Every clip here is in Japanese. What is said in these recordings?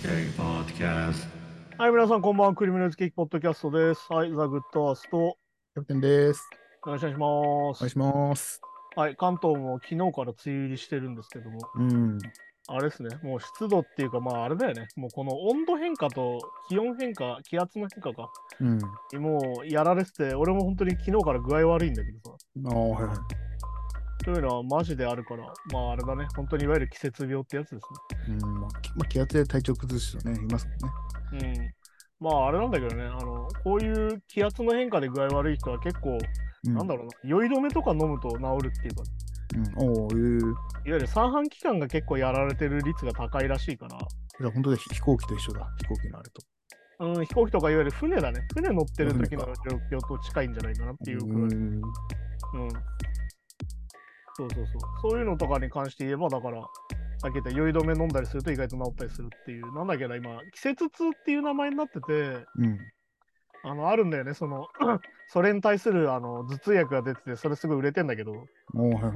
Cake Podcast. はい、皆さん、こんばんは。クリームレーズケーキポッドキャストです。はい、ザ・グッドアースト、よキャプテンです。ろしくお願いおし願まいす。します。はい、関東も昨日から梅雨入りしてるんですけども、うん。あれですね、もう湿度っていうか、まああれだよね、もうこの温度変化と気温変化、気圧の変化か、うん。もうやられてて、俺も本当に昨日から具合悪いんだけどさ、ああ、はいはというのはマジであるから、まああれだね、本当にいわゆる季節病ってやつですね。い。うん。まあ、きまあ気圧で体調崩す人ね、いますもんね。うん。まああれなんだけどね、あの、こういう気圧の変化で具合悪い人は結構、うなんだろうな、酔い止めとか飲むと治るっていうか、う。うん。おお、いう。いわゆる三半規管が結構やられてる率が高いらしいから、じゃあ本当だ、ひ飛行機と一緒だ。飛行機のあれと。うん、飛行機とかいわゆる船だね、船乗ってる時の船状況と近いんじゃないかなっていうくらい、うんん。そうそうそう、そういうのとかに関して言えば、だから、さっき言った酔い止め飲んだりすると意外と治ったりするっていう、なんだっけな、今、季節痛っていう名前になってて、うん。あの、あるんだよね、その、 それに対するあの頭痛薬が出てて、それすごい売れてんだけど、おお、はいはい。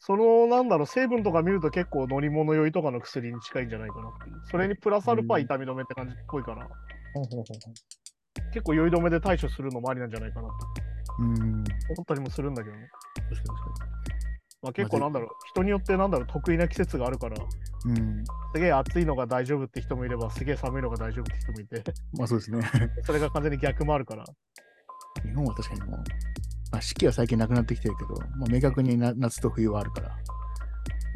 そのなんだろう成分とか見ると結構乗り物酔いとかの薬に近いんじゃないかなっていうそれにプラスアルファうん痛み止めって感じっぽいから、ほうほうほ結構酔い止めで対処するのもありなんじゃないかなとう。うん。確思ったりもするんだけどね、かにまあ、結構なんだろう人によってなんだろう得意な季節があるから確かに。うん。すげえ暑いのが大丈夫って人もいればすげえ寒いのが大丈夫って人もいてまあそうですね。 それが完全に逆もあるから日本は確かにもう、まあ四季は最近なくなってきてるけど、まあ明確にな夏と冬はあるから。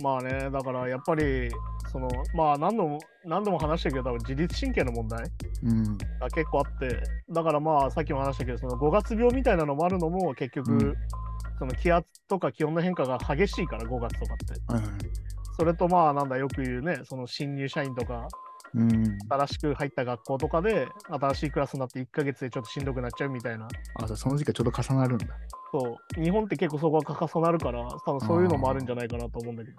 まあねだからやっぱりそのまあ何度も何度も話してるけど多分自律神経の問題うん。が結構あってだからまあさっきも話したけどその5月病みたいなのもあるのも結局、うんその気圧とか気温の変化が激しいから5月とかってはいはい。それとまあなんだよく言うねその新入社員とかうん。新しく入った学校とかで新しいクラスになって1ヶ月でちょっとしんどくなっちゃうみたいなあ、じゃあその時期はちょうど重なるんだ。そう日本って結構そこが重なるから多分そういうのもあるんじゃないかなと思うんだけど、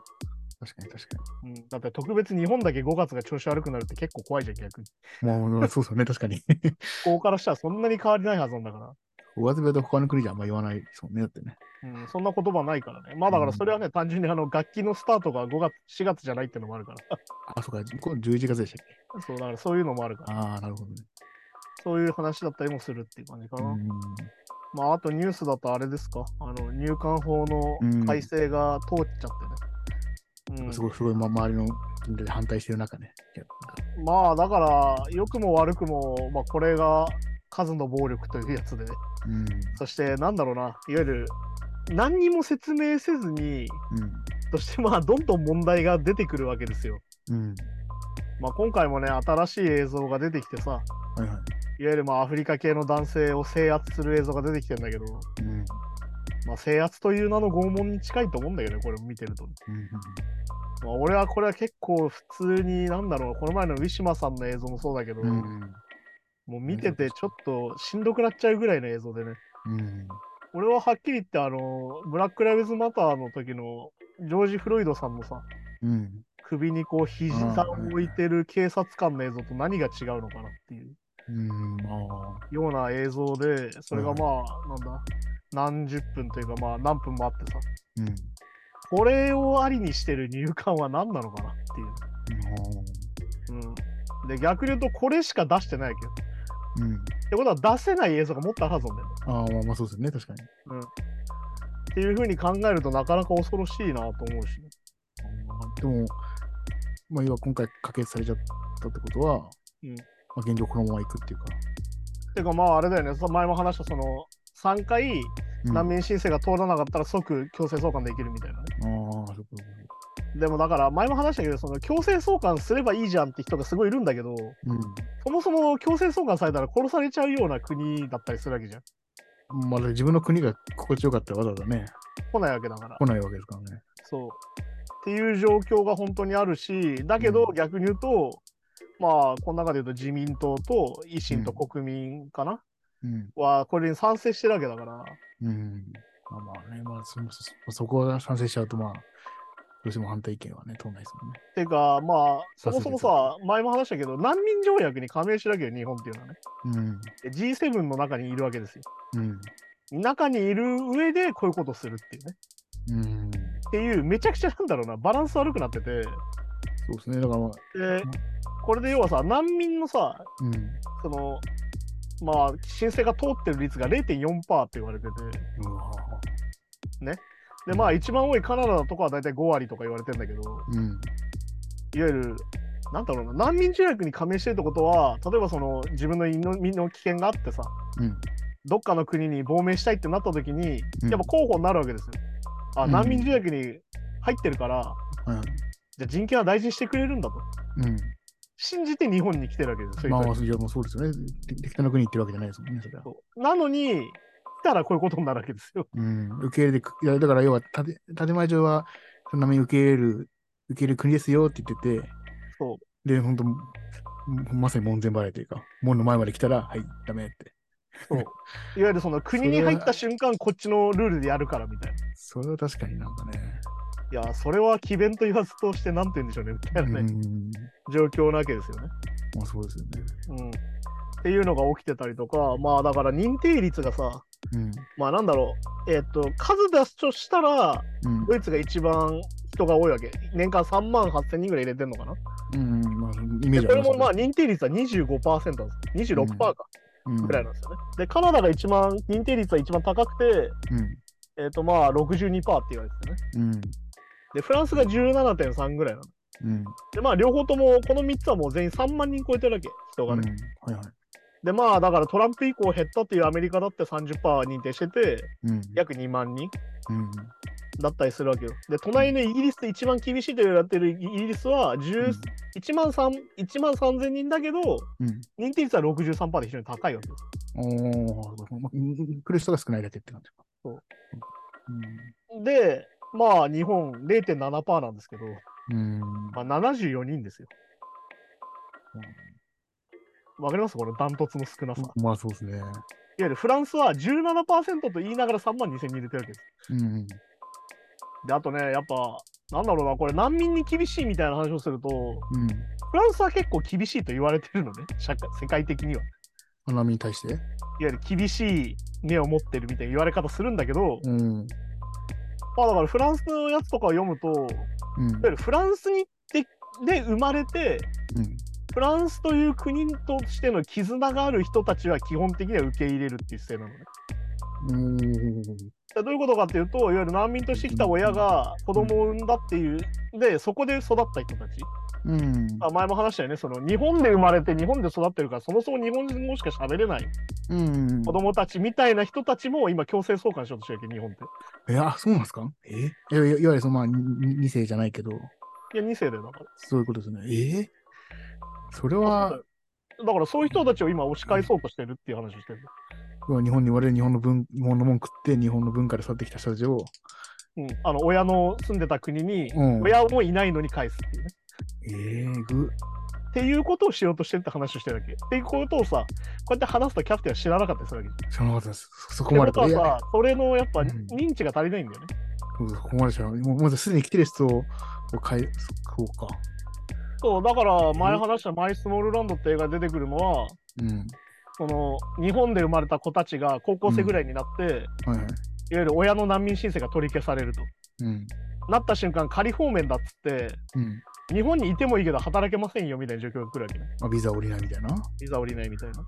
確かに確かうん、だって特別日本だけ5月が調子悪くなるって結構怖いじゃん逆にに。もう、そうそうね、確かに。 ここからしたらそんなに変わりないはずなんだから上手部と他の国じゃあんま言わないですもんね、だってね。うん、そんな言葉ないからね。まあだからそれはね、単純にあの楽器のスタートが5月、4月じゃないっていうのもあるから。あ、そうか、向こう11月でしたっけそうだからそういうのもあるから。ああ、なるほどね。そういう話だったりもするっていう感じかうな。んまああとニュースだとあれですか。あの入管法のうん改正が通っちゃってね。うんすごい、すごい、ま、周りの人で反対してる中ね。いやまあだから、良くも悪くも、まあこれが数の暴力というやつで、なんかそしてなんだろうな、いわゆる何にも説明せずに、そしてまあどんどん問題が出てくるわけですよ。うん。うん。うん。まあ、今回もね、新しい映像が出てきてさ、はいはいわゆるまあアフリカ系の男性を制圧する映像が出てきてんだけど、い。うん。うん。まあ、制圧という名の拷問に近いと思うんだけどね、これを見てると。うんまあ、俺はこれは結構普通に、なんだろう、この前のウィシュマさんの映像もそうだけど、うん。もう見ててちょっとしんどくなっちゃうぐらいの映像でね、うん。俺ははっきり言って、あの、ブラック・ライブズ・マターの時のジョージ・フロイドさんのさ、うん。首にこう膝を置いてる警察官の映像と何が違うのかなっていう。うん。あような映像で、それがうんまあ、なんだ、何十分というか、まあ、何分もあってさ、ーうん。これをありにしてる入管は何なのかなっあていう。うん。で、逆に言うと、これしか出してないわけど。ーうん。ってことは、出せない映像がもっとあるはずなんだよね。ああ、まあまあそうですね、確かに。っていうふうに考えるとなかなか恐ろしいなと思うし、ね、あーでも、まあ、要は今回可決されちゃったってことは、うんまあ、現状このままいくっていうか。てかまああれだよね、そ前も話したその、3回うん難民申請が通らなかったら即強制送還できるみたいなね。ああ、そっか。でもだから前も話したけど、その強制送還すればいいじゃんって人がすごいいるんだけど、うん。そもそも強制送還されたら殺されちゃうような国だったりするわけじゃん。まだ自分の国が心地よかったらわざわざね、来ないわけだから。来ないわけですからね。そう。っていう状況が本当にあるし、だけどうん逆に言うと、まあ、この中で言うと自民党と維新とう国民かな、うん。は、これに賛成してるわけだから、うん。まあまあね、まあそそそそこが賛成しちゃうと、まあ、どうしても反対意見はね、通んないですもんね。てか、まあ、そもそもさ賛、前も話したけど、難民条約に加盟してるわけよ、日本っていうのはね。で G7 の中にいるわけですよ。うん。中にいる上で、こういうことするっていうね。うん。うん。っていう、めちゃくちゃなんだろうな、バランス悪くなってて、そうですね。だからまあ、で、これで要はさ、難民のさ、うん。その、まあ、申請が通ってる率が0.4%って言われてて、うわで、まあ、一番多いカナダとかは大体5割とか言われてんだけど、いわうん。ゆる、なんだろうな、難民条約に加盟してるってことは、例えばその、自分の身の危険があってさ、うん。どっかの国に亡命したいってなった時に、うんやっぱ候補になるわけですよ。あ、うん難民条約に入ってるから、じゃあ人権は大事にしてくれるんだと。うん。信じて日本に来てるわけですうん。よ。まあそういうまあ、いや人はもうそうですよね。て適当な国行ってるわけじゃないですもんね、それは。そうなのに、来たらこういうことになるわけですよ。うん。受け入れてく、いや、だから要は、建て建前上は、そんなに受け入れる、受け入れる国ですよって言ってて、そう。で、本当まさに門前払いというか、門の前まで来たら、はい、ダメって。そういわゆるその国に入った瞬間、こっちのルールでやるからみたいそれは確かになんかね。な。いや、それは詭弁と言わずとして、なんて言うんでしょうね、みたいなうね、ん。状況なわけですよね。まあそうですよね。うん。っていうのが起きてたりとか、まあだから認定率がさ、うん。まあなんだろう、えっと、数出すとしたら、うん。ドイツが一番人が多いわけ。年間3万8000人ぐらい入れてんのかな。うんうん、まあ、イメーでジこれもまあね。認定率は25%なんです。26%か、うんぐらいなんですよね。で、カナダが一番、認定率は一番高くて、うん。えっ、とまあ62%って言われてたね。うん。でで、フランスが17.3ぐらいなの。うん。で、まあ両方とも、この3つはもう全員3万人超えてるわけ、人がね。うん。はいはい。で、まあだからトランプ以降減ったっていうアメリカだって30%認定してて、うん。約2万人うん。だったりするわけよ。で、隣のイギリスで一番厳しいと言われてるイギリスは10 1万3 1万3000人だけど、うん。認定率は63%で非常に高いわけです。おー、まあ、来る人が少ないだけって感じか。そう。うで、まあ日本0.7%なんですけど、ん。うん。まあ、74人ですよ。わかりますこのダントツの少なさ。まあそうですね。いわゆるフランスは17%と言いながら3万2000人入れてるわけです。うん。で、あとね、やっぱ、なんだろうな、これ難民に厳しいみたいな話をすると、うん。フランスは結構厳しいと言われてるのね、社会世界的には。い花見に対してわゆる厳しい目を持ってるみたいな言われ方するんだけど、うん。まあだからフランスのやつとかを読むと、いわうん。ゆるフランスにでで生まれて、うん。フランスという国としての絆がある人たちは基本的には受け入れるっていう姿勢なのね。うん。でどういうことかっていうと、いわゆる難民としてきた親が子供を産んだっていう、で、そこで育った人たち。うん。あ前も話したよね、その日本で生まれて日本で育ってるから、そもそも日本語しか喋れないうん子。供たちみたいな人たちも今強制送還しようとしてるわけ、日本って。え、あ、そうなんですかえいやいやいわゆるその、まあ、2世じゃないけど、いや、2世だよ、だから。そういうことですね。えそれだは、からそういう人たちを今押し返そうとしてるっていう話をしてる。要は日本に生まれる日本の文日本の文句って日本の文化で育ってきた人たちを、うん、あの親の住んでた国にうん親もいないのに返すっていうえね。ー、ぐっていうことをしようとしてるって話をしてるわけ。っていうことをさ、こうやって話すとキャプテンは知らなかったりするわけ。知らなかったです。そそっこてまこでとと。はいやさ、それのやっぱうん認知が足りないんだよね。そうそこまで知らない。もうまずすでに来てる人を変え、そうか。そう、だから前話したマイスモールランドって映画で出てくるのは、うん。その日本で生まれた子たちが高校生ぐらいになって、いわはいはい。ゆる親の難民申請が取り消されると。うん。なった瞬間、仮放免だっつって、うん。日本にいてもいいけど働けませんよみたいな状況が来るわけね。まあ、ビザ降りないみたいな。ビザ降りないみたいな。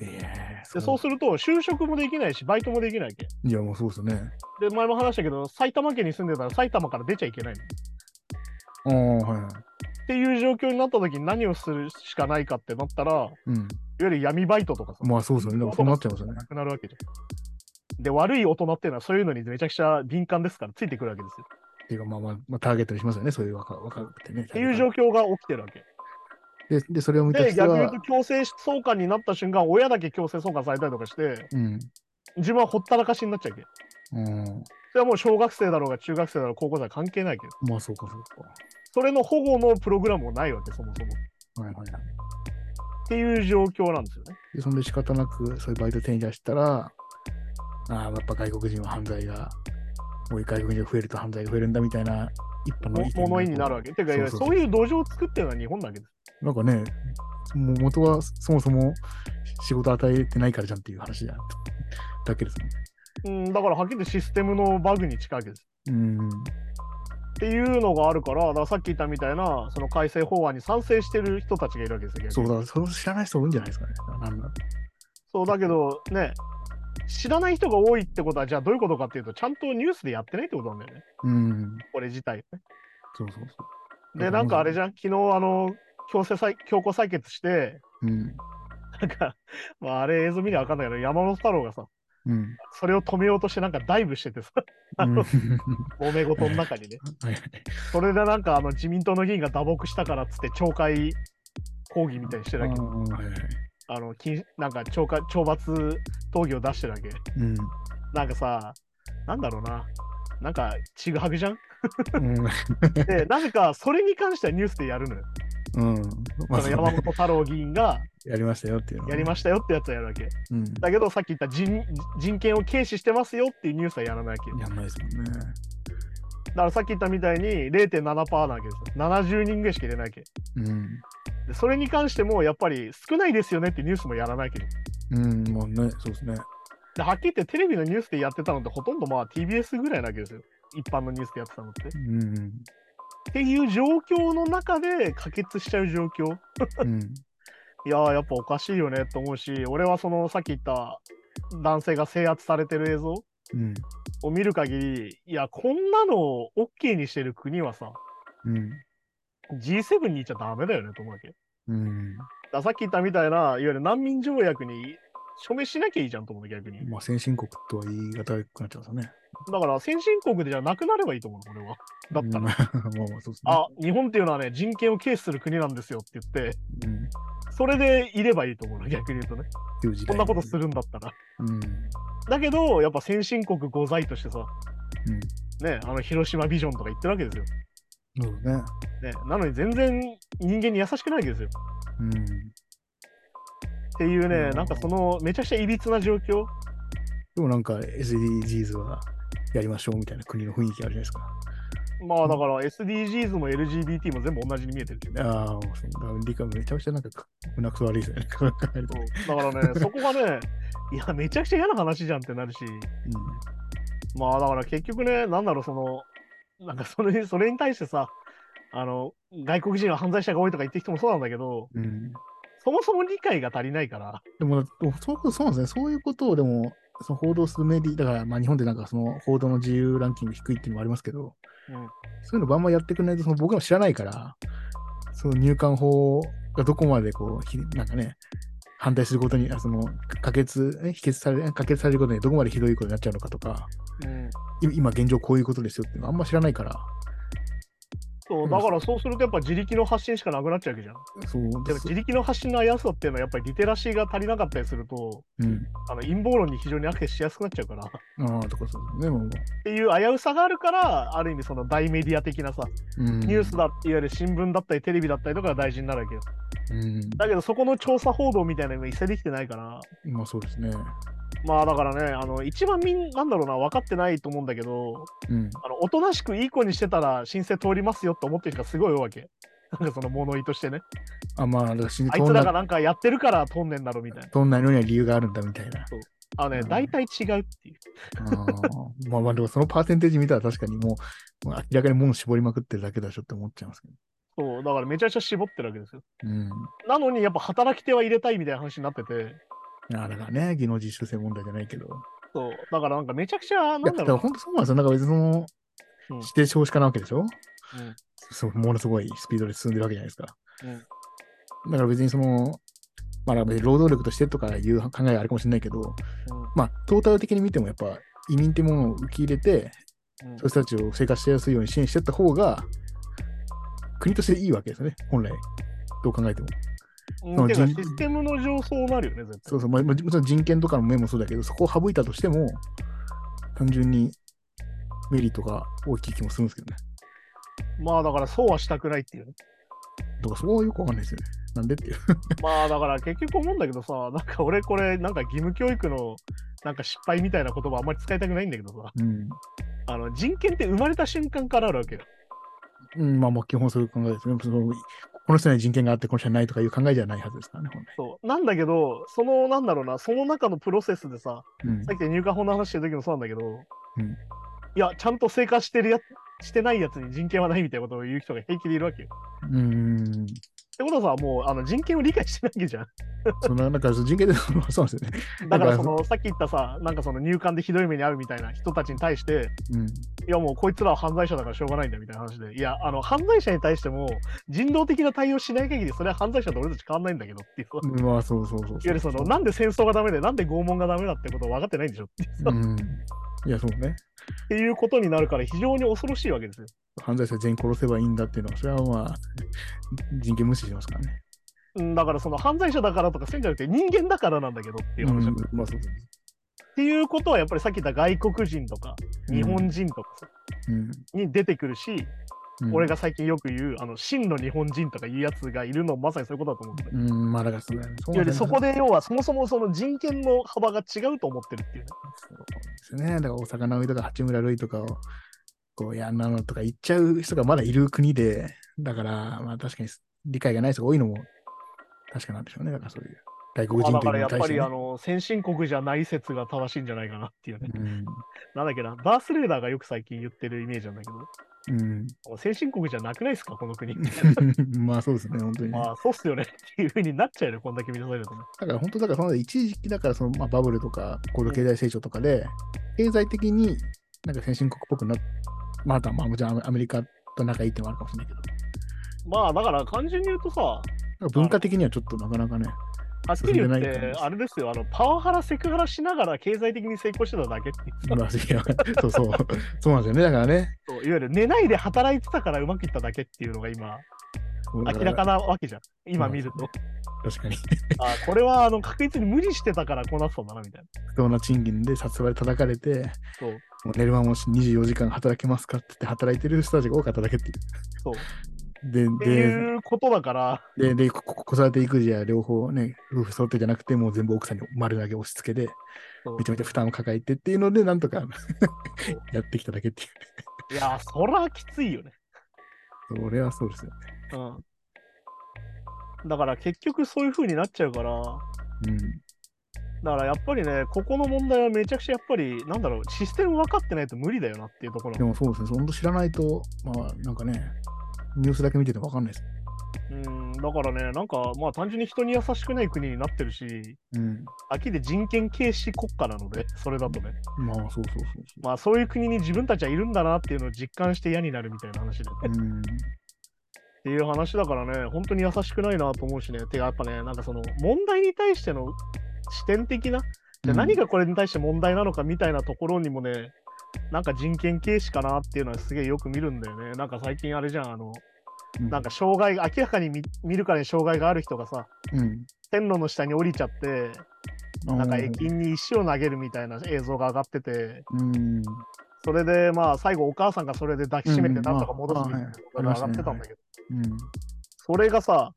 ええー。で、そうすると就職もできないし、バイトもできないわけ。いや、もうそうですね。で、前も話したけど、埼玉県に住んでたら埼玉から出ちゃいけないの。ああ、はいはい。っていう状況になった時に何をするしかないかってなったら、いわうん。ゆる闇バイトとかさ、まあ、そうですよね。だからそうなっちゃいますよねな。くなるわけじゃん。で、悪い大人っていうのはそういうのにめちゃくちゃ敏感ですから、ついてくるわけですよ。っていうか、まあまあ、まあ、ターゲットにしますよね。そういう若若くてね。っっていう状況が起きてるわけ。で、で、それを見たで、人逆に言はうと、強制送還になった瞬間、親だけ強制送還されたりとかして、うん。自分はほったらかしになっちゃうわけ。うん。それはもう小学生だろうが、中学生だろうが、高校生は関係ないけど、まあ、そうか、そうか。それの保護のプログラムもないわけ、そもそも。はいはいはい。っていう状況なんですよね。で、そんで仕方なく、そういうバイト手に出したら、ああ、やっぱ外国人は犯罪が、多い外国人が増えると犯罪が増えるんだみたいな、一般の意見が物言いになるわけ。てか、いやそうそそうういう土壌を作ってるのは日本だけです。なんかね、もう元はそもそも仕事与えてないからじゃんっていう話だだけですもんね。うん、だからはっきり言ってシステムのバグに近いわけです。うん。っていうのがあるから、だからさっき言ったみたいな、その改正法案に賛成してる人たちがいるわけですよ。逆そうだ、にそれを知らない人多いんじゃないですかね。なんだそうだけど、ね、知らない人が多いってことは、じゃあどういうことかっていうと、ちゃんとニュースでやってないってことなんだよね、うん、これ自体ね。そうそうそで、なんかあれじゃん、昨日あの強制採強行採決して、う。うん、なんか、まあ、あれ映像見りゃ分かんないけど、山本太郎がさ、うん。それを止めようとして、なんかダイブしててさ、 あうんの揉め事の中にね。はいそれでなんかあの自民党の議員が打撲したからっつって、懲戒抗議みたいにしてはるいわけ。うんはいはいあの禁なんか懲戒懲罰討議を出してるわけ。うんなんかさ、なんだろうな。なんか、ちぐはぐじゃんうん で、なぜか、それに関してはニュースでやるのよ。うん。まあ、その山本太郎議員がやりましたよっていうのはやりましたよってやつはやるわけ。うん。だけど、さっき言った人人権を軽視してますよっていうニュースはやらないわけ。やんないですもんね。だからさっき言ったみたいに0.7%なわけですよ。70人ぐらいしか入れないわけ。うん。でそれに関しても、やっぱり少ないですよねってニュースもやらないわけど。うん、もうね、そうですね。ではっきり言ってテレビのニュースでやってたのってほとんどまあ TBS ぐらいなわけですよ。一般のニュースでやってたのって。っうん。ていう状況の中で可決しちゃう状況。うん。いやーやっぱおかしいよねと思うし、俺はそのさっき言った男性が制圧されてる映像うん。を見る限り、いや、こんなのを OK にしてる国はさ、うん。 G7 にいちゃダメだよねと思うわけ。だかうん。らさっき言ったみたいな、いわゆる難民条約に署名しなきゃいいじゃんと思うの逆に。まあ、先進国とは言い難くなっちゃうんですよね。だから先進国でじゃなくなればいいと思うの、俺は。だったら。うんまあまあ、そうですね。あ、日本っていうのはね、人権を軽視する国なんですよって言って、うん。それでいればいいと思うの、逆に言うとね。っていう時こ代んなことす。るんだったら。うん。だけど、やっぱ先進国ご在としてさ、うん。ね、あの広島ビジョンとか言ってるわけですよ。そうですね。ね、なのに全然人間に優しくないわけですよ。うん。っていうね、うんなんかそのめちゃくちゃいびつな状況。でもなんか SDGs はやりましょうみたいな国の雰囲気あるじゃないですか。まあだから SDGs も LGBT も全部同じに見えてるしね。ああ、そうだから理解めちゃくちゃなんかか胸くそ悪いですよね。考えるとそうだ からね、そこがね、いや、めちゃくちゃ嫌な話じゃんってなるし、まあだから結局ね、なんだろう、その、なんかそれそれに対してさ、あの、外国人は犯罪者が多いとか言ってきてもそうなんだけど、うん。うん。そもそも理解が足りないから、でも、そうそうなんですね。そういうことをでも、その報道するメディだから、まあ、日本でなんかその報道の自由ランキング低いっていうのもありますけど、うんそういうのバンバンやってくれないと、その僕らも知らないから、その入管法がどこまでこう、ひなんかね、反対することに、あその可決、え否決され、可決されることにどこまでひどいことになっちゃうのかとか、い今現状こういうことですよっていうのはあんま知らないから、そううんだからそうするとやっぱ自力の発信しかなくなっちゃうわけじゃん。そう、でも自力の発信の危うさっていうのはやっぱりリテラシーが足りなかったりすると、うん。あの陰謀論に非常にアクセスしやすくなっちゃうから。っああ、とかそうですね、もう。ていう危うさがあるから、ある意味その大メディア的なさ、うんニュースだっていわゆる新聞だったりテレビだったりとかが大事になるわけよ。うん。だけどそこの調査報道みたいなのが一切できてないから、まあそうですね。まあだからね、あの一番みんなんだろうな、分かってないと思うんだけど、うん。あのおとなしくいい子にしてたら申請通りますよって思ってる人がすごい多いわけ。なんかその物言いとしてね。あ、まあ、だから死んあい通つんならがなんかやってるから通んねんだろみたいな。そんなのには理由があるんだみたいな。あのね、うん大体違うっていう。あー まあまあでもそのパーセンテージ見たら確かにもうもう明らかに物絞りまくってるだけだしょって思っちゃいますけど。そう、だからめちゃくちゃ絞ってるわけですよ。うん。なのにやっぱ働き手は入れたいみたいな話になってて、あーだからね、技能実習生問題じゃないけど。そう、だからなんかめちゃくちゃ、いなや、んだだからろう本当そうなんですよ。なんか別にそのうん、指定少子化なわけでしょ、な。そうものすごいスピードで進んでるわけじゃないですか。うんだから別にその、まあ、だから別に労働力としてとかいう考えがあるかもしれないけど、うんまあ、トータル的に見てもやっぱ移民ってものを受け入れて、うんそういう人たちを生活しやすいように支援していった方が、国としていいわけですよね、本来。どう考えても。うんそうん。うてかシ人ステムの上層になるよね、絶対。そうそう、まあ、まあもちろん人権とかの面もそうだけど、そこを省いたとしても、単純にメリットが大きい気もするんですけどね。まあだからそうはしたくないっていうね。だからそこはよくわかんないですよね。なんでっていう。まあだから結局思うんだけどさ、 なんか俺これ、なんか義務教育のなんか失敗みたいな言葉あんまり使いたくないんだけどさ、うん。あの人権って生まれた瞬間からあるわけよ。うん、まあ、もう基本そういう考えですね。そのこの人には人権があって、この人にはないとかいう考えじゃないはずですからね、本来。そうなんだけど、そのなんだろうな、その中のプロセスでさ、うんさっきの入管法の話してる時もそうなんだけど、うんいや、ちゃんと生活してるやしてないやつに人権はないみたいなことを言う人が平気でいるわけよ。うーん。ってことはさ、もうあの人権を理解してないわけ じゃん。そんな、なんか、人権で、 そうなんですよね。だからそのさっき言ったさ、なんかその入管でひどい目に遭うみたいな人たちに対して、うん。いやもうこいつらは犯罪者だからしょうがないんだみたいな話で、いや、あの犯罪者に対しても人道的な対応しない限り、それは犯罪者と俺たち変わんないんだけどっていう。いわまあ、そうそうそうそう。ゆるその、なんで戦争がダメで、なんで拷問がダメだってことを分かってないんでしょっていうさうん。いや、そうね。っていうことになるから非常に恐ろしいわけですよ。犯罪者全員殺せばいいんだっていうのは、それはまあ、人権無視してますからね。うんだからその犯罪者だからとかせんじゃなくて人間だからなんだけどっていう話なんだよ、まあ、そうそうっていうことはやっぱりさっき言った外国人とかうん日本人とかさうん。に出てくるし、うん俺。が最近よく言うあの真の日本人とかいうやつがいるのもまさにそういうことだと思うんだよね。うん、まあ、だからそうだよね。うなよんだよりねそこで要はそもそもその人権の幅が違うと思ってるっていうね。そうですね。だからお魚追いとか八村塁とかを、こう、いやんなのとか言っちゃう人がまだいる国で、だから、まあ確かに理解がない人が多いのも、確かなんでしょうね。だからそういう外国まあ人だといかうのらにやっ対ぱして、りねあ。の先進国じゃない説が正しいんじゃないかなっていうね。うんなんだっけな、ダース・レーダーがよく最近言ってるイメージなんだけど、うん、先進国じゃなくないですか、こ の国。 まあそうですね、本当にね、まあそうっすよねっていうふうになっちゃうよね、こんだけ満たされるとね。だから本当、だからその一時期、だからその、まあ、バブルとか高度経済成長とかで、経済的になんか先進国っぽくなっまああとはまあもちろんアメリカと仲いいってのもあるかもしれないけど、だかまあだから単純に言うとさ、ら文化的にはちょっとなかなかね、はっきり言っ進んでない感じて、あれですよ、あのパワハラ、セクハラしながら経済的に成功してただけっていうさまあ、いやそうそう、そうなんですよね。だからね、そういわゆる寝ないで働いてたからうまくいっただけっていうのが今、明らかなわけじゃん、今見ると。確かに。あこれはあの確実に無理してたからこうなってたんだなみたいな。不当な賃金で殺ばで叩かれて、そうもう寝る間もし24時間働けますかって言って働いてる人たちが多かっただけっていそうう。ってで、で、いうことだから、で、で、ここ子育て育児や両方ね、夫婦育てじゃなくて、もう全部奥さんに丸投げ押し付けでそう、めちゃめちゃ負担を抱えてっていうので、なんとかやってきただけっていいやー、そらきついよね。う。俺はそうですよね。うん、だから結局そういう風になっちゃうから、だからやっぱりね、ここの問題はめちゃくちゃやっぱり、なんだろう、システム分かってないと無理だよなっていうとうこん。ろで。もそうですね、本当知らないと、まあなんかね、ニュースだけ見ててもわかんないです。うん、だからね、なんかまあ単純に人に優しくない国になってるし、うん。秋で人権軽視国家なので、それだとね、まあそうそうそうそう。まあそういう国に自分たちはいるんだなっていうのを実感して嫌になるみたいな話で。うん。っていう話だからね、本当に優しくないなと思うしね、てかやっぱね、なんかその問題に対しての視点的な、じゃあ何がこれに対して問題なのかみたいなところにもね、なんか人権軽視かなっていうのはすげえよく見るんだよね。なんか最近あれじゃん、あの、うんなんか障害が、明らかに見見るからに障害がある人がさ、うん。線路の下に降りちゃって、なんか駅員に石を投げるみたいな映像が上がってて、うん。それでまあ最後お母さんがそれで抱きしめてうんなんとか戻すみたいまなあ動画が上がってたんだけど、うん。それがさ、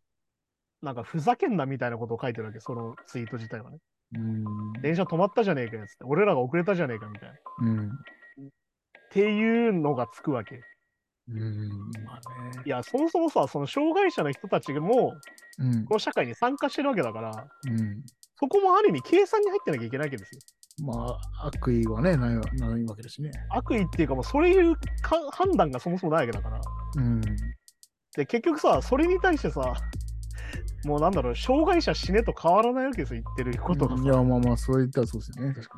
なんかふざけんなみたいなことを書いてるわけ、そのツイート自体はね。うん。電車止まったじゃねえかよっつって、俺らが遅れたじゃねえかみたいな。っうん。ていうのがつくわけ。うん。まあね。いや、そもそもさ、その障害者の人たちも、うんこ。の社会に参加してるわけだから、うん。そこもある意味計算に入ってなきゃいけないわけですよ。まあ、悪意はね、ないわないわけですね。悪意っていうか、もうそういうか判断がそもそもないわけだから。うん。で、結局さ、それに対してさ、もうなんだろう、障害者死ねと変わらないわけですよ、言ってることがさい。や、まあまあ、そう言ったらそうですよね、確か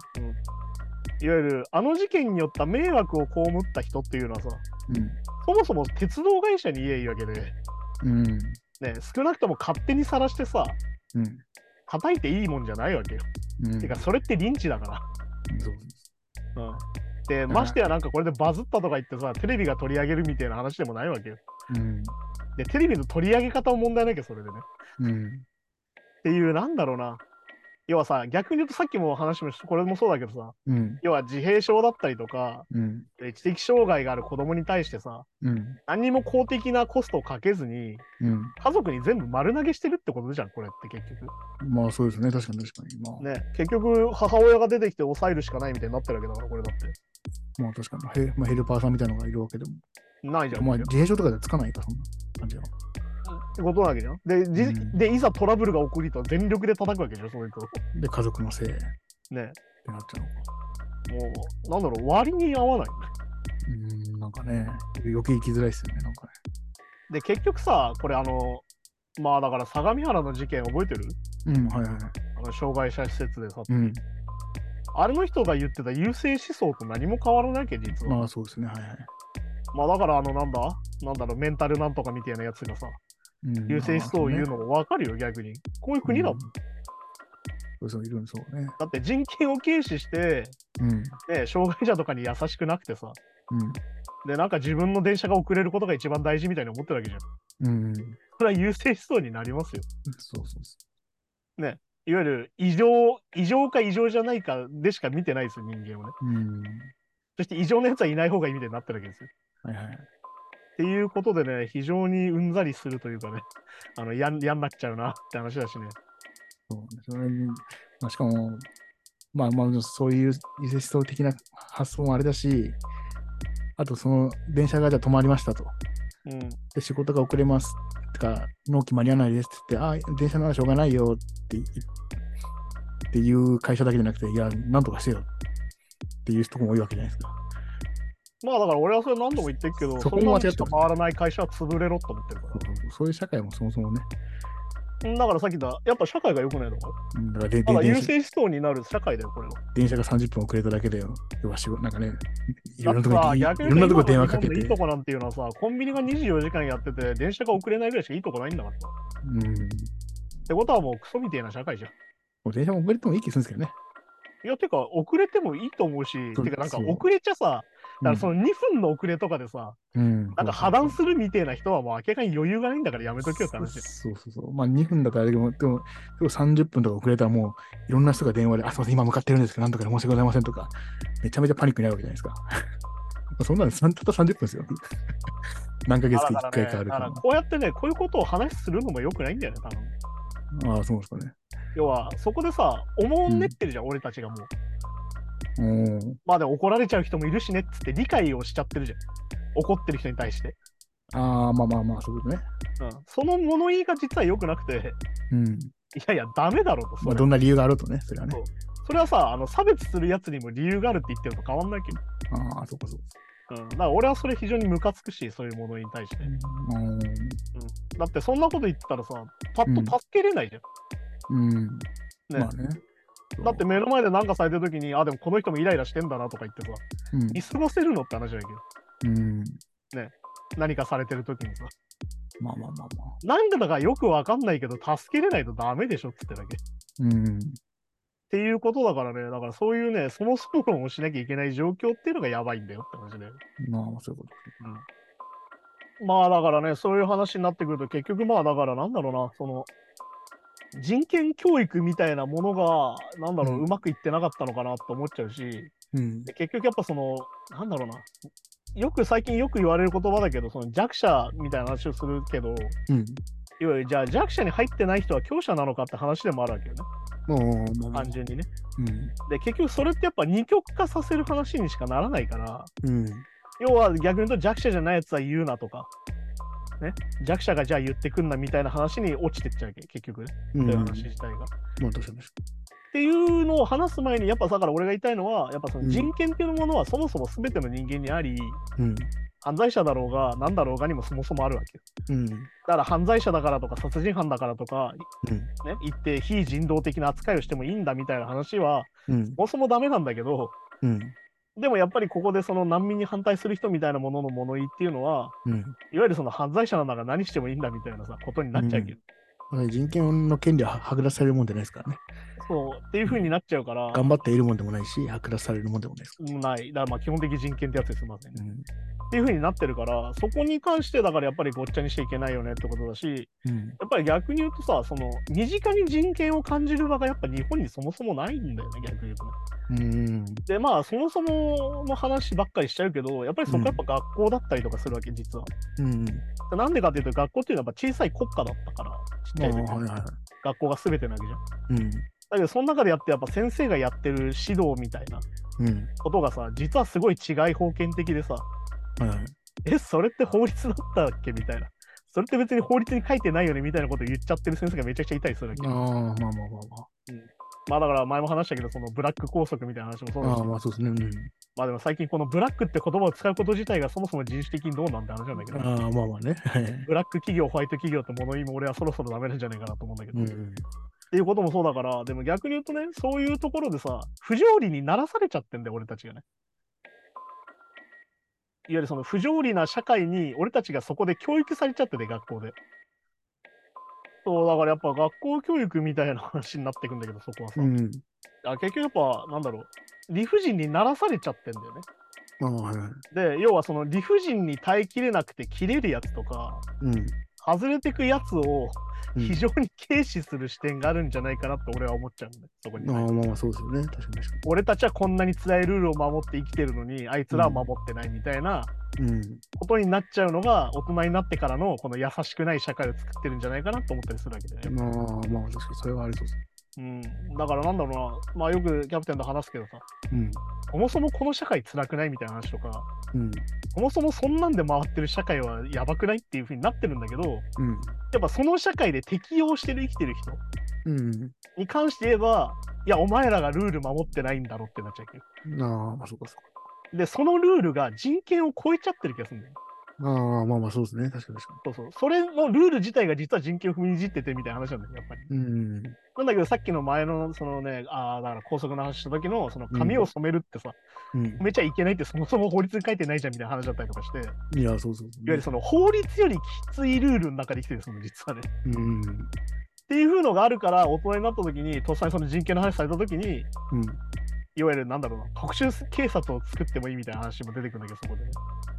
いわゆる、あの事件によった迷惑を被った人っていうのはさ、に。そもそも鉄道会社に言えいいわけで、うん。うん。ね、少なくとも勝手にさらしてさ、うん。叩いていいもんじゃないわけよ。うん。てか、それってリンチだかそうら。うん、で、ましてやなんかこれでバズったとか言ってさ、テレビが取り上げるみたいな話でもないわけよ。うん。で、テレビの取り上げ方も問題なきゃ、それでね。うん。っていう、なんだろうな。要はさ、逆に言うとさっきも話もしこれもそうだけどさ、うん。要は自閉症だったりとか、うん。知的障害がある子供に対してさ、うん。何にも公的なコストをかけずに、うん。家族に全部丸投げしてるってことじゃん、これって結局。まあ、そうですね、確かに確かに。まあ、ね、結局、母親が出てきて抑えるしかないみたいになってるわけだから、これだって。まあ、確かに。ヘ,、まあ、ヘルパーさんみたいなのがいるわけでも。ないじゃん。まあ、っ自閉症とかではつかないか、そんな感じは。てことなわけじゃん。で、じうんでいざトラブルが起こりと全力で叩くわけじゃん、そういうと。で、家族のせいってね、なっちゃうのか。もう、なんだろう、割に合わない。うん、ななんかね、余計行きづらいですよね、なんかね。で、結局さ、これあの、まあだから相模原の事件覚えてるうん、はいはいはい。あの障害者施設でさ、うん。あれの人が言ってた優勢思想と何も変わらないけど、実は。まあそうですね、はいはい。まあだからあの、なんだなんだろう、メンタルなんとかみたいなやつがさ、うん優勢思想を言うのもわかるよ、逆に。こういう国だもうん。んそうそう、いるんそうね。だって人権を軽視して、うん。ね、障害者とかに優しくなくてさ、うん。で、なんか自分の電車が遅れることが一番大事みたいに思ってるわけじゃん。うん。それは優勢思想になりますよ。そうそうそいわゆる異常、異常か異常じゃないかでしか見てないですよ、人間はね。う。うん。そして異常なやつはいない方がいいみたいになってるわけですよ。はいはい。っていうことでね、非常にうんざりするというかね、 あの、やん、やんなっちゃうなって話だしね。そうね。それにまあ、しかも、まあまあ、そういう優勢思想的な発想もあれだし、あとその電車がじゃあ止まりましたと。うん。で仕事が遅れますとか納期間に合わないですって言ってあ電車ならしょうがないよっていっていう会社だけじゃなくていやなんとかしてよっていう人も多いわけじゃないですかまあだから俺はそれ何度も言ってるけど、そそこんなも間違っのてるしか回らない会社は潰れろと思ってるかそういう社会もそもそもねら。だからさっき言った、やっぱ社会が良くないのかうんだからでだからで優電車勢思想になる社会だよ、これは。電車が30分遅れただけで要は仕事なんかねいだろっんてなとさこにい逆にろんなとこ電話今かのけ日本のいいてとこなんていうのはさ、コンビニが24時間やってて、電車が遅れないぐらいしかいいとこないんだからさ。うんってことはもうクソみたいな社会じゃん。もう電車も遅れてもいい気するんですけどねいや、てか、遅れてもいいと思うし、そうてか、なんかそう遅れちゃさ、だからそのの2分の遅れとかでさ、うんなんか破談するみてえな人はもう明らかに余裕がないんだからやめとけよって話で。そうそうそう。まあ2分だったらあれだけど、でも、でも30分とか遅れたらもういろんな人が電話で、あ、すいません、今向かってるんですけど、なんとかで申し訳ございませんとか、めちゃめちゃパニックになるわけじゃないですか。 まあそんなのさんたった30分ですよ。 何ヶ月あかだ1か回らねかあるだかからら。こうやってね、こういうことを話するのも良くないんだよね、多分。ああ、そうですかね。要は、そこでさ、おもんねってるじゃん、俺たちがもう。うん。まあでも怒られちゃう人もいるしねっつって理解をしちゃってるじゃん。怒ってる人に対して。ああ、まあまあまあ、そういうことね。うん。その物言いが実は良くなくて、 うん。いやいや、ダメだろうと、そまあ、れどんな理由があろうとね、それはねそ。うそれはさ、あの差別するやつにも理由があるって言ってるのと変わんないけど。ああ、そうかそうか。うん。だから俺はそれ非常にムカつくし、そういうものに対して。うん。だってそんなこと言ってたらさ、パッと助けれないじゃん。うん。ねまあね。だって目の前で何かされてる時に、あ、でもこの人もイライラしてんだなとか言ってさ、見過ごせるのって話だけうど、ん。うん。何かされてる時にさ、まあまあまあまあ。なんだかよくわかんないけど、助けれないとダメでしょってだけ。っうん。ていうことだからね、だからそういうね、そもそも論をしなきゃいけない状況っていうのがやばいんだよって話で。まあまあ、そういうこと。まあだからね、そういう話になってくると、結局まあだからなんだろうな、その、人権教育みたいなものが、なんだろう、うんうまくいってなかったのかなと思っちゃうし、うんで。結局やっぱそのなんだろうなよく最近よく言われる言葉だけどその弱者みたいな話をするけどうん。いわゆるじゃあ弱者に入ってない人は強者なのかって話でもあるわけよねもう、まあ単純にねうん。で結局それってやっぱ二極化させる話にしかならないからうん。要は逆に言うと弱者じゃないやつは言うなとか、ね、弱者がじゃあ言ってくんなみたいな話に落ちてっちゃうわけ結局ねうそん。ういうま話自体あ、が。どうしたんですっていうのを話す前にやっぱだから俺が言いたいのはやっぱそうんの人権っていうものはそもそも全ての人間にあり、うん。犯罪者だろうが何だろうがにもそもそもあるわけようん。だから犯罪者だからとか殺人犯だからとか、うんね、言って非人道的な扱いをしてもいいんだみたいな話はうんそ。もそもダメなんだけどうん。でもやっぱりここでその難民に反対する人みたいなものの物言いっていうのはうん。いわゆるその犯罪者なんだから何してもいいんだみたいなさことになっちゃうけど、まあ人権の権利はは剥奪されるもんじゃないですからね。そうっていう風になっちゃうから頑張っているもんでもないし、剥奪されるもんでもないですかないだからまあ基本的人権ってやつですませんねら。っていう風になってるからそこに関してだからやっぱりごっちゃにしちゃいけないよねってことだしうん。やっぱり逆に言うとさ、その身近に人権を感じる場がやっぱ日本にそもそもないんだよね、逆に言うとね。うん。で、まあ、そもそもの話ばっかりしちゃうけど、やっぱりそこはやっぱ学校だったりとかするわけ、実は。うん。でなんでかっていうと、学校っていうのはやっぱ小さい国家だったから、ちっちまあ、ゃい時、はいは学校が全てなわけじゃん。い。うん。だけど、その中でやって、やっぱ先生がやってる指導みたいなうん。ことがさ、実はすごい違い封建的でさ、はいはい。え、それって法律だったっけみたいな。それって別に法律に書いてないよねみたいなことを言っちゃってる先生がめちゃくちゃいたりするわけ。ああ、まあまあまあまあ。まあだから前も話したけど、そのブラック拘束みたいな話もそうだあしあ、、まあそうですね。うん。まあでも最近このブラックって言葉を使うこと自体がそもそも人種的にどうなんて話なんだけど、ああ、まあまあね。はい。ブラック企業、ホワイト企業って物言いも俺はそろそろダメなんじゃないかなと思うんだけど、うっん。ていうこともそうだから、でも逆に言うとね、そういうところでさ、不条理にならされちゃってんだよ、俺たちがね。いわゆるその不条理な社会に俺たちがそこで教育されちゃってて、学校で。そう、だからやっぱ学校教育みたいな話になってくんだけど、そこはさ。うん。あ結局やっぱ、なんだろう、理不尽にならされちゃってんだよね。ああ、はいはい。で、要はその理不尽に耐えきれなくて切れるやつとか、うん。外れてくやつをうん非常に軽視する視点があるんじゃないかなって俺は思っちゃうんだよ、そこに。ああ、まあまあそうですよね。確かに確か俺たちはこんなに辛いルールを守って生きてるのに、あいつらは守ってないみたいなに。うん。ことになっちゃうのが、大人になってからのこの優しくない社会を作ってるんじゃないかなと思ったりするわけだよね。まあまあ確かにそれはありそうです。うん。だからなんだろうな、まあよくキャプテンと話すけどさ、うん。そもそもこの社会辛くないみたいな話とか、うん。そもそもそんなんで回ってる社会はやばくないっていう風になってるんだけど、うん。やっぱその社会で適応してる生きてる人うん。に関して言えば、いや、お前らがルール守ってないんだろってなっちゃうけああ、まあそうかそうか。ど。で、そのルールが人権を超えちゃってる気がするんだよ。ああ、まあまあそうですね。確かに確かそうそう。それのルール自体が実は人権を踏みにじっててみたいな話なんだよ、やっぱり。に。うん。なんだけど、さっきの前の、そのね、ああ、だから高速の話した時の、その髪を染めるってさ、うん。めちゃいけないってそもそも法律に書いてないじゃんみたいな話だったりとかして、いわいや、そうそうそう。ゆるその法律よりきついルールの中で生きてるんですよ、実はね。うん。うん。っていう風のがあるから、大人になった時に、とっさにその人権の話された時に、いわゆるなんだろうな、特殊警察を作ってもいいみたいな話も出てくるんだけど、そこでね。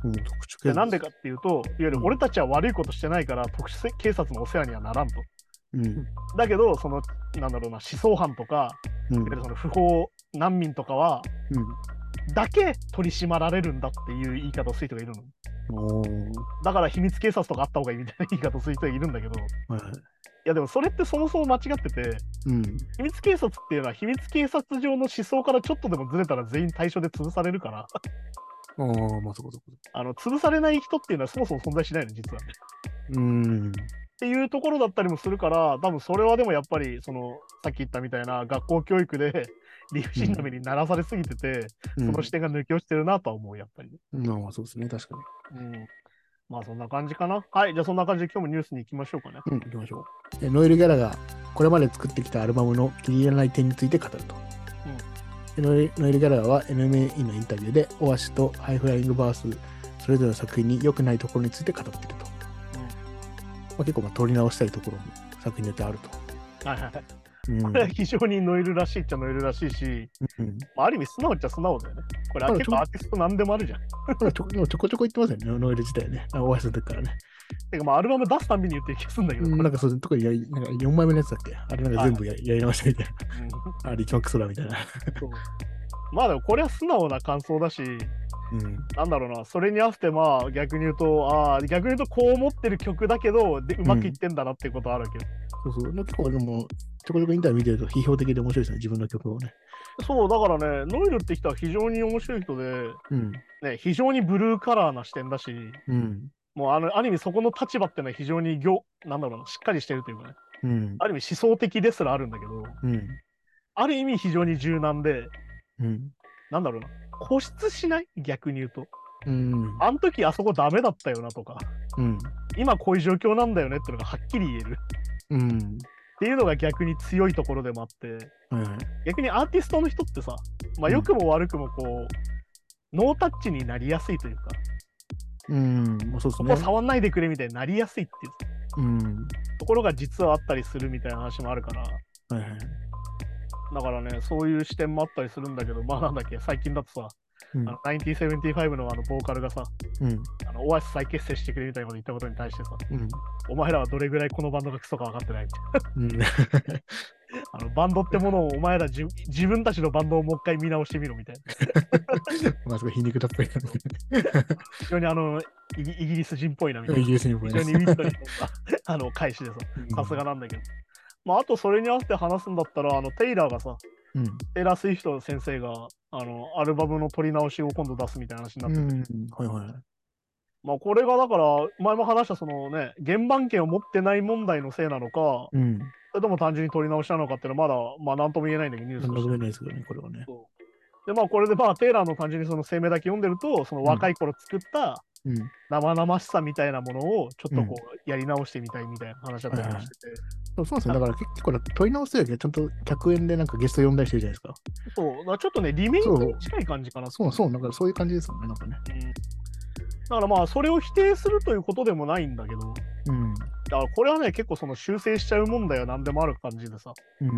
うん。特徴でなんで。かっていうと、いわゆるうん俺たちは悪いことしてないから、特殊警察のお世話にはならんと。うん。だけど、その、なんだろうな、思想犯とか、うんいわゆ。るその不法難民とかは、うん。だけ取り締まられるんだっていう言い方をする人がいるの。おー。だから秘密警察とかあった方がいいみたいな言い方をする人がいるんだけど、いはいはい。やでもそれってそもそも間違ってて、うん。秘密警察っていうのは秘密警察上の思想からちょっとでもずれたら全員対象で潰されるから、 ああ、まあそこそこ。あの潰されない人っていうのはそもそも存在しないの、実は。うん。っていうところだったりもするから、多分それはでもやっぱり、そのさっき言ったみたいな学校教育で理不尽な目にならされすぎてて、その視点が抜け落ちてるなとは思う、やっぱりね。うん。まあそうですね。確かに。うん、まあそんな感じかな。はい、じゃあそんな感じで今日もニュースに行きましょうかね。うん、行きましょう。でノエル・ギャラがこれまで作ってきたアルバムの気に入らない点について語ると。でノエルノエル・ギャラは NME のインタビューで、オアシとハイフライング・バース、それぞれの作品に良くないところについて語っていると。まあ、結構まあ取り直したいところも作品によってあると。はいはいはい。うん。 これは非常にノエルらしいっちゃノエルらしいし、うん、まあ、ある意味素直っちゃ素直だよね。これあ結構アーティストなんでもあるじゃん。これちょでもちょこちょこ言ってますよね、ノエル自体ね。あオアシの時からね。てかまあアルバム出すたびに言ってる気がするんだけうど、んこなれんかそう、特にやりなんか4枚目のやつだっけあれなんか全部や,、やり直したみたいな。うんあれ一番クソだみたいな。そうまあでもこれは素直な感想だし、うん。なんだろうな、それに合わせて、まあ、逆に言うと、ああ、逆に言うと、こう思ってる曲だけど、でうまくいってんだなっていうことはあるわけど、そうそう。結構でも、ちょこちょこインタビュー見てると批評的で面白いですね、自分の曲をね。そう、だからね、ノイルって人は非常に面白い人で、うん。ね、非常にブルーカラーな視点だし、うん。もうあの、ある意味そこの立場っていうのは非常に行、なんだろうな、しっかりしてるというかね、うん。ある意味思想的ですらあるんだけど、うん。ある意味非常に柔軟で、うん。なんだろうな、固執しない逆に言うと。うん。あの時あそこダメだったよなとか、うん。今こういう状況なんだよねっていうのがはっきり言える。うん。っていうのが逆に強いところでもあって、はいはい。逆にアーティストの人ってさ、うまあ、ん良くも悪くもこう、ノータッチになりやすいというか、うん。まあ、そうですそこねを。触んないでくれみたいになりやすいっていううん。ところが実はあったりするみたいな話もあるから、はいはい。だからね、そういう視点もあったりするんだけど、まあなんだっけ、最近だとさ、うんあの1975のあのボーカルがさ、うん。あのオアシス再結成してくれみたいなこと言ったことに対してさ、うん。お前らはどれぐらいこのバンドがクソか分かってないみうん。 たいな。あのバンドってものをお前らじ自分たちのバンドをもう一回見直してみろみたいな。まあ、すごい皮肉たっぷりなん非常にあの、イギイギリス人っぽいなみたいで。なイ。ギリスにも非ね常にウィットに飛んだあの 返しでさ、さすがなんだけど。まあ、あとそれに合わせて話すんだったら、あのテイラーがさ、うん。テイラー・スウィフト先生があのアルバムの撮り直しを今度出すみたいな話になうってて、ん。はいはい。まあこれがだから、前も話したそのね、原版権を持ってない問題のせいなのか、うん。それとも単純に取り直したのかっていうのは、まだ、まあ、なんとも言えないんだけど、ニュースなんととしても言えないですけどね、これはね。で、まあ、これで、まあ、テイラーの単純にその声明だけ読んでると、その若い頃作ったうん。生々しさみたいなものを、ちょっとこう、やり直してみたいみたいな話だったりもしてて、そうそうですね。だから結構、問い直すよりはちゃんと客演でなんかゲスト呼んだりしてるじゃないですか。そう、だからちょっとね、リメイクに近い感じかな、そうそう、なんかそういう感じですよね、なんかね。うんだからまあ、それを否定するということでもないんだけど、うん。だからこれはね、結構その修正しちゃう問題は何でもある感じでさ、うん。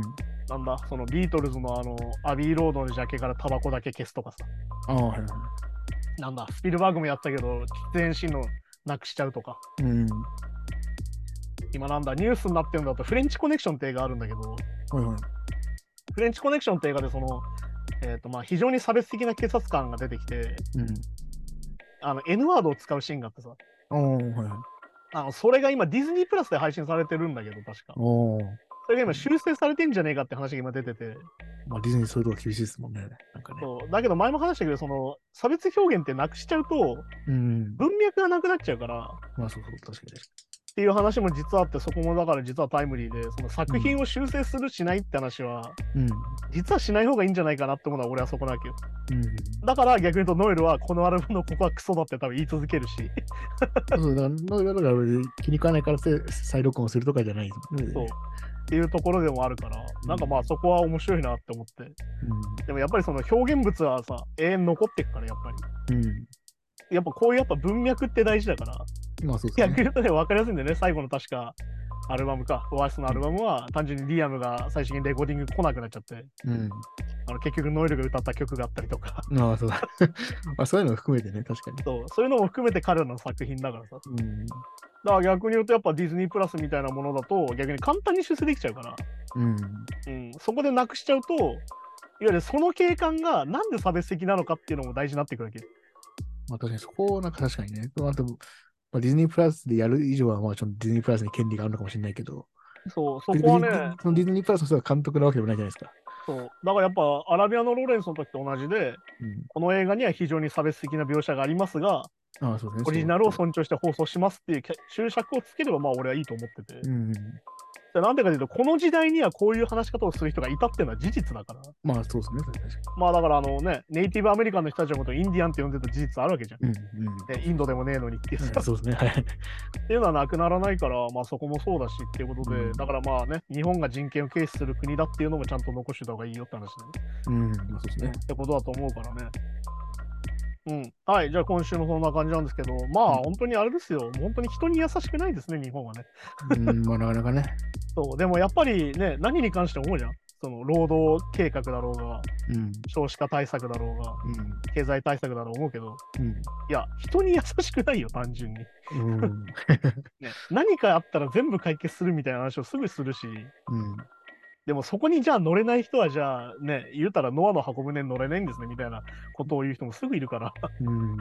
なんだ、そのビートルズのあの、アビーロードのジャケからタバコだけ消すとかさ、ああ、はいはなんだ、スピルバーグもやったけど、喫煙シーンのなくしちゃうとか、い。うん。は今なんだ、ニュースになってるんだと、フレンチコネクションって映画あるんだけど、いはい。フレンチコネクションって映画でその、えーとまあ、非常に差別的な警察官が出てきて、うん。あの N ワードを使うシーンがあってさ、ああ、はいはい。あのそれが今、ディズニープラスで配信されてるんだけど、確か。おお。それが今、修正されてんじゃねえかって話が今出てて、まあ、ディズニーそういうとこ厳しいですもんね。なんかね。そうだけど前も話したけど、その差別表現ってなくしちゃうと、うん。文脈がなくなっちゃうから、まあ、そうそう、確かに。っていう話も実はあって、そこもだから実はタイムリーで、その作品を修正するしないって話は、うん。実はしない方がいいんじゃないかなって思うのは俺はそこなわけよ。うん。だから逆に言うとノエルはこのアルバムのここはクソだって多分言い続けるし、そうだから、ノイラだから別に気に食わないからって再録音するとかじゃないですもんね。そう。っていうところでもあるから、なんかまあそこは面白いなって思って。でもやっぱりその表現物はさ、永遠残ってくからやっぱり。うん。やっぱこういうやっぱ文脈って大事だから、うん。まあ、そうです逆にね。言うとね、分かりやすいんだよね、最後の確か。アルバムかオアシスのアルバムは単純にリアムが最終的にレコーディング来なくなっちゃってあの結局ノエルが歌った曲があったりとか うん。まあ、そう だ。まあ、そういうのも含めてね、確かに。そうそういうのも含めて彼らの作品だからさ。うん。だから逆に言うと、やっぱディズニープラスみたいなものだと、逆に簡単に出世できちゃうから、うん。うん、そこでなくしちゃうと、いわゆるその景観がなんで差別的なのかっていうのも大事になってくるわけ。まあ、確かにそこをなんか確かにね。あと、まあ、ディズニープラスでやる以上は、まあ、ちょっとディズニープラスに権利があるのかもしれないけど、 そう、そこは別にね、そのディズニープラスの人が監督なわけでもないじゃないですか。そうだからやっぱアラビアのローレンスの時と同じで、この映画には非常に差別的な描写がありますが、うん。ああ、そうですね。オリジナルをそ尊重して放送しますっていう注釈をつければ、まあ俺はいいと思ってて。う。うん。でなんでかというと、この時代にはこういう話し方をする人がいたっていうのは事実だから。まあ、そうですね。確かまあだからあのね、ネイティブアメリカンの人たちのことをインディアンって呼んでた事実あるわけじゃん。に。うん。うん。でインドでもねえのにっていうさ、うんそうですね。はい。っていうのはなくならないから、まあそこもそうだしっていうことで、うんだからまあね、日本が人権を軽視する国だっていうのもちゃんと残してた方がいいよって話だうん。まあ、そうですよねね。。ってことだと思うからね。うん。はい、じゃあ今週もそんな感じなんですけど、まあうん本当にあれですよ、もう本当に人に優しくないですね、日本はね。うん。まあ、なかなかね。そう、でもやっぱりね、何に関しても思うじゃん。その労働計画だろうが、うん。少子化対策だろうが、経済対策だろう思うけど、うん。いや、人に優しくないよ、単純に。うん。うん。ね、何かあったら全部解決するみたいな話をすぐするし、うん。でもそこにじゃあ乗れない人は、じゃあね、言うたらノアの箱舟に乗れないんですねみたいなことを言う人もすぐい るから、うん。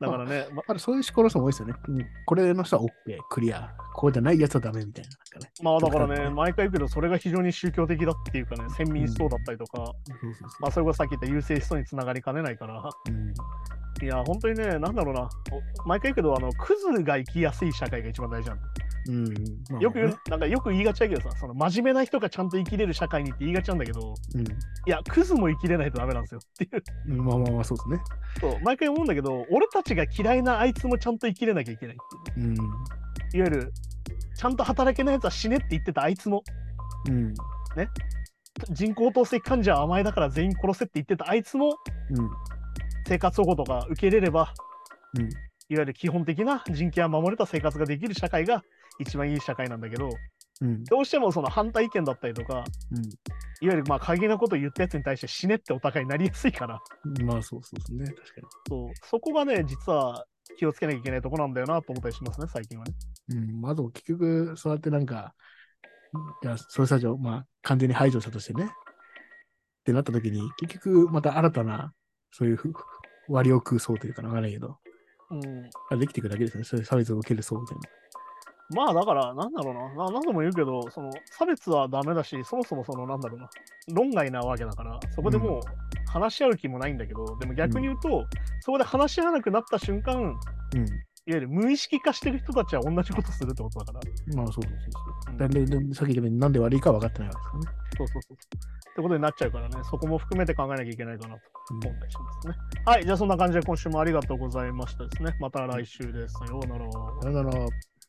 だからね、まあれそういう思考の人も多いですよね。うんこれの人は OK、クリア。こうじゃないやつはダメみたいな。なんかね、まあだからそうだね、ね毎回言うけど、それが非常に宗教的だっていうかね、先民思想だったりとか、そうそうそまあそれがさっき言った優勢思想につながりかねないから、う。うん。いや、本当にね、なんだろうな、お毎回言うけど、あの、クズが生きやすい社会が一番大事なんだうん。まあよく言う、なんかよく言いがちだけどさ、その真面目な人がちゃんと生きれる社会にって言いがちなんだけど、いや、クズも生きれないとダメなんですよっていう。うん。まあまあまあ、そうですね。そう毎回思うんだけど、俺たちが嫌いなあいつもちゃんと生きれなきゃいけないってうん。いう。いわゆる、ちゃんと働けないやつは死ねって言ってたあいつも、うん。人工透析患者は甘えだから全員殺せって言ってたあいつも、うん。生活保護とか受け入れれば、うん。いわゆる基本的な人権は守れた生活ができる社会が一番いい社会なんだけど、うん。どうしてもその反対意見だったりとか、いわゆるまあ過激なことを言ったやつに対して死ねってお互いになりやすいから、うん。まあ、そうそうですね。確かそうそこがね、実は気をつけなきゃいけないとこなんだよなと思ったりしますね、最近はね。に。うん。まあ、あと、結局、そうやってなんか、じゃあ、そういう人たちを、まあ、完全に排除したとしてね。ってなった時に、結局、また新たな、そういうふ割を食う層というか、わからないけど、うん、できていくだけですね。そういう差別を受ける層みたいな。まあだから、なんだろうな、な何度も言うけど、その差別はダメだし、そもそもその、なんだろうな、論外なわけだから、そこでもう話し合う気もないんだけど、でも逆に言うと、そこで話し合わなくなった瞬間、うん。ゆる無意識化してる人たちは同じことするってことだから。まあそうそうそううそんう。なんで、でさっき言ったようになんで悪いか分かってないわけでそうそうそう。ってことになっちゃうからね、そこも含めて考えなきゃいけないかなとす思ね。ったりしますね。はい、じゃあそんな感じで今週もありがとうございましたですね。また来週です。さようなら。うん、さよなら。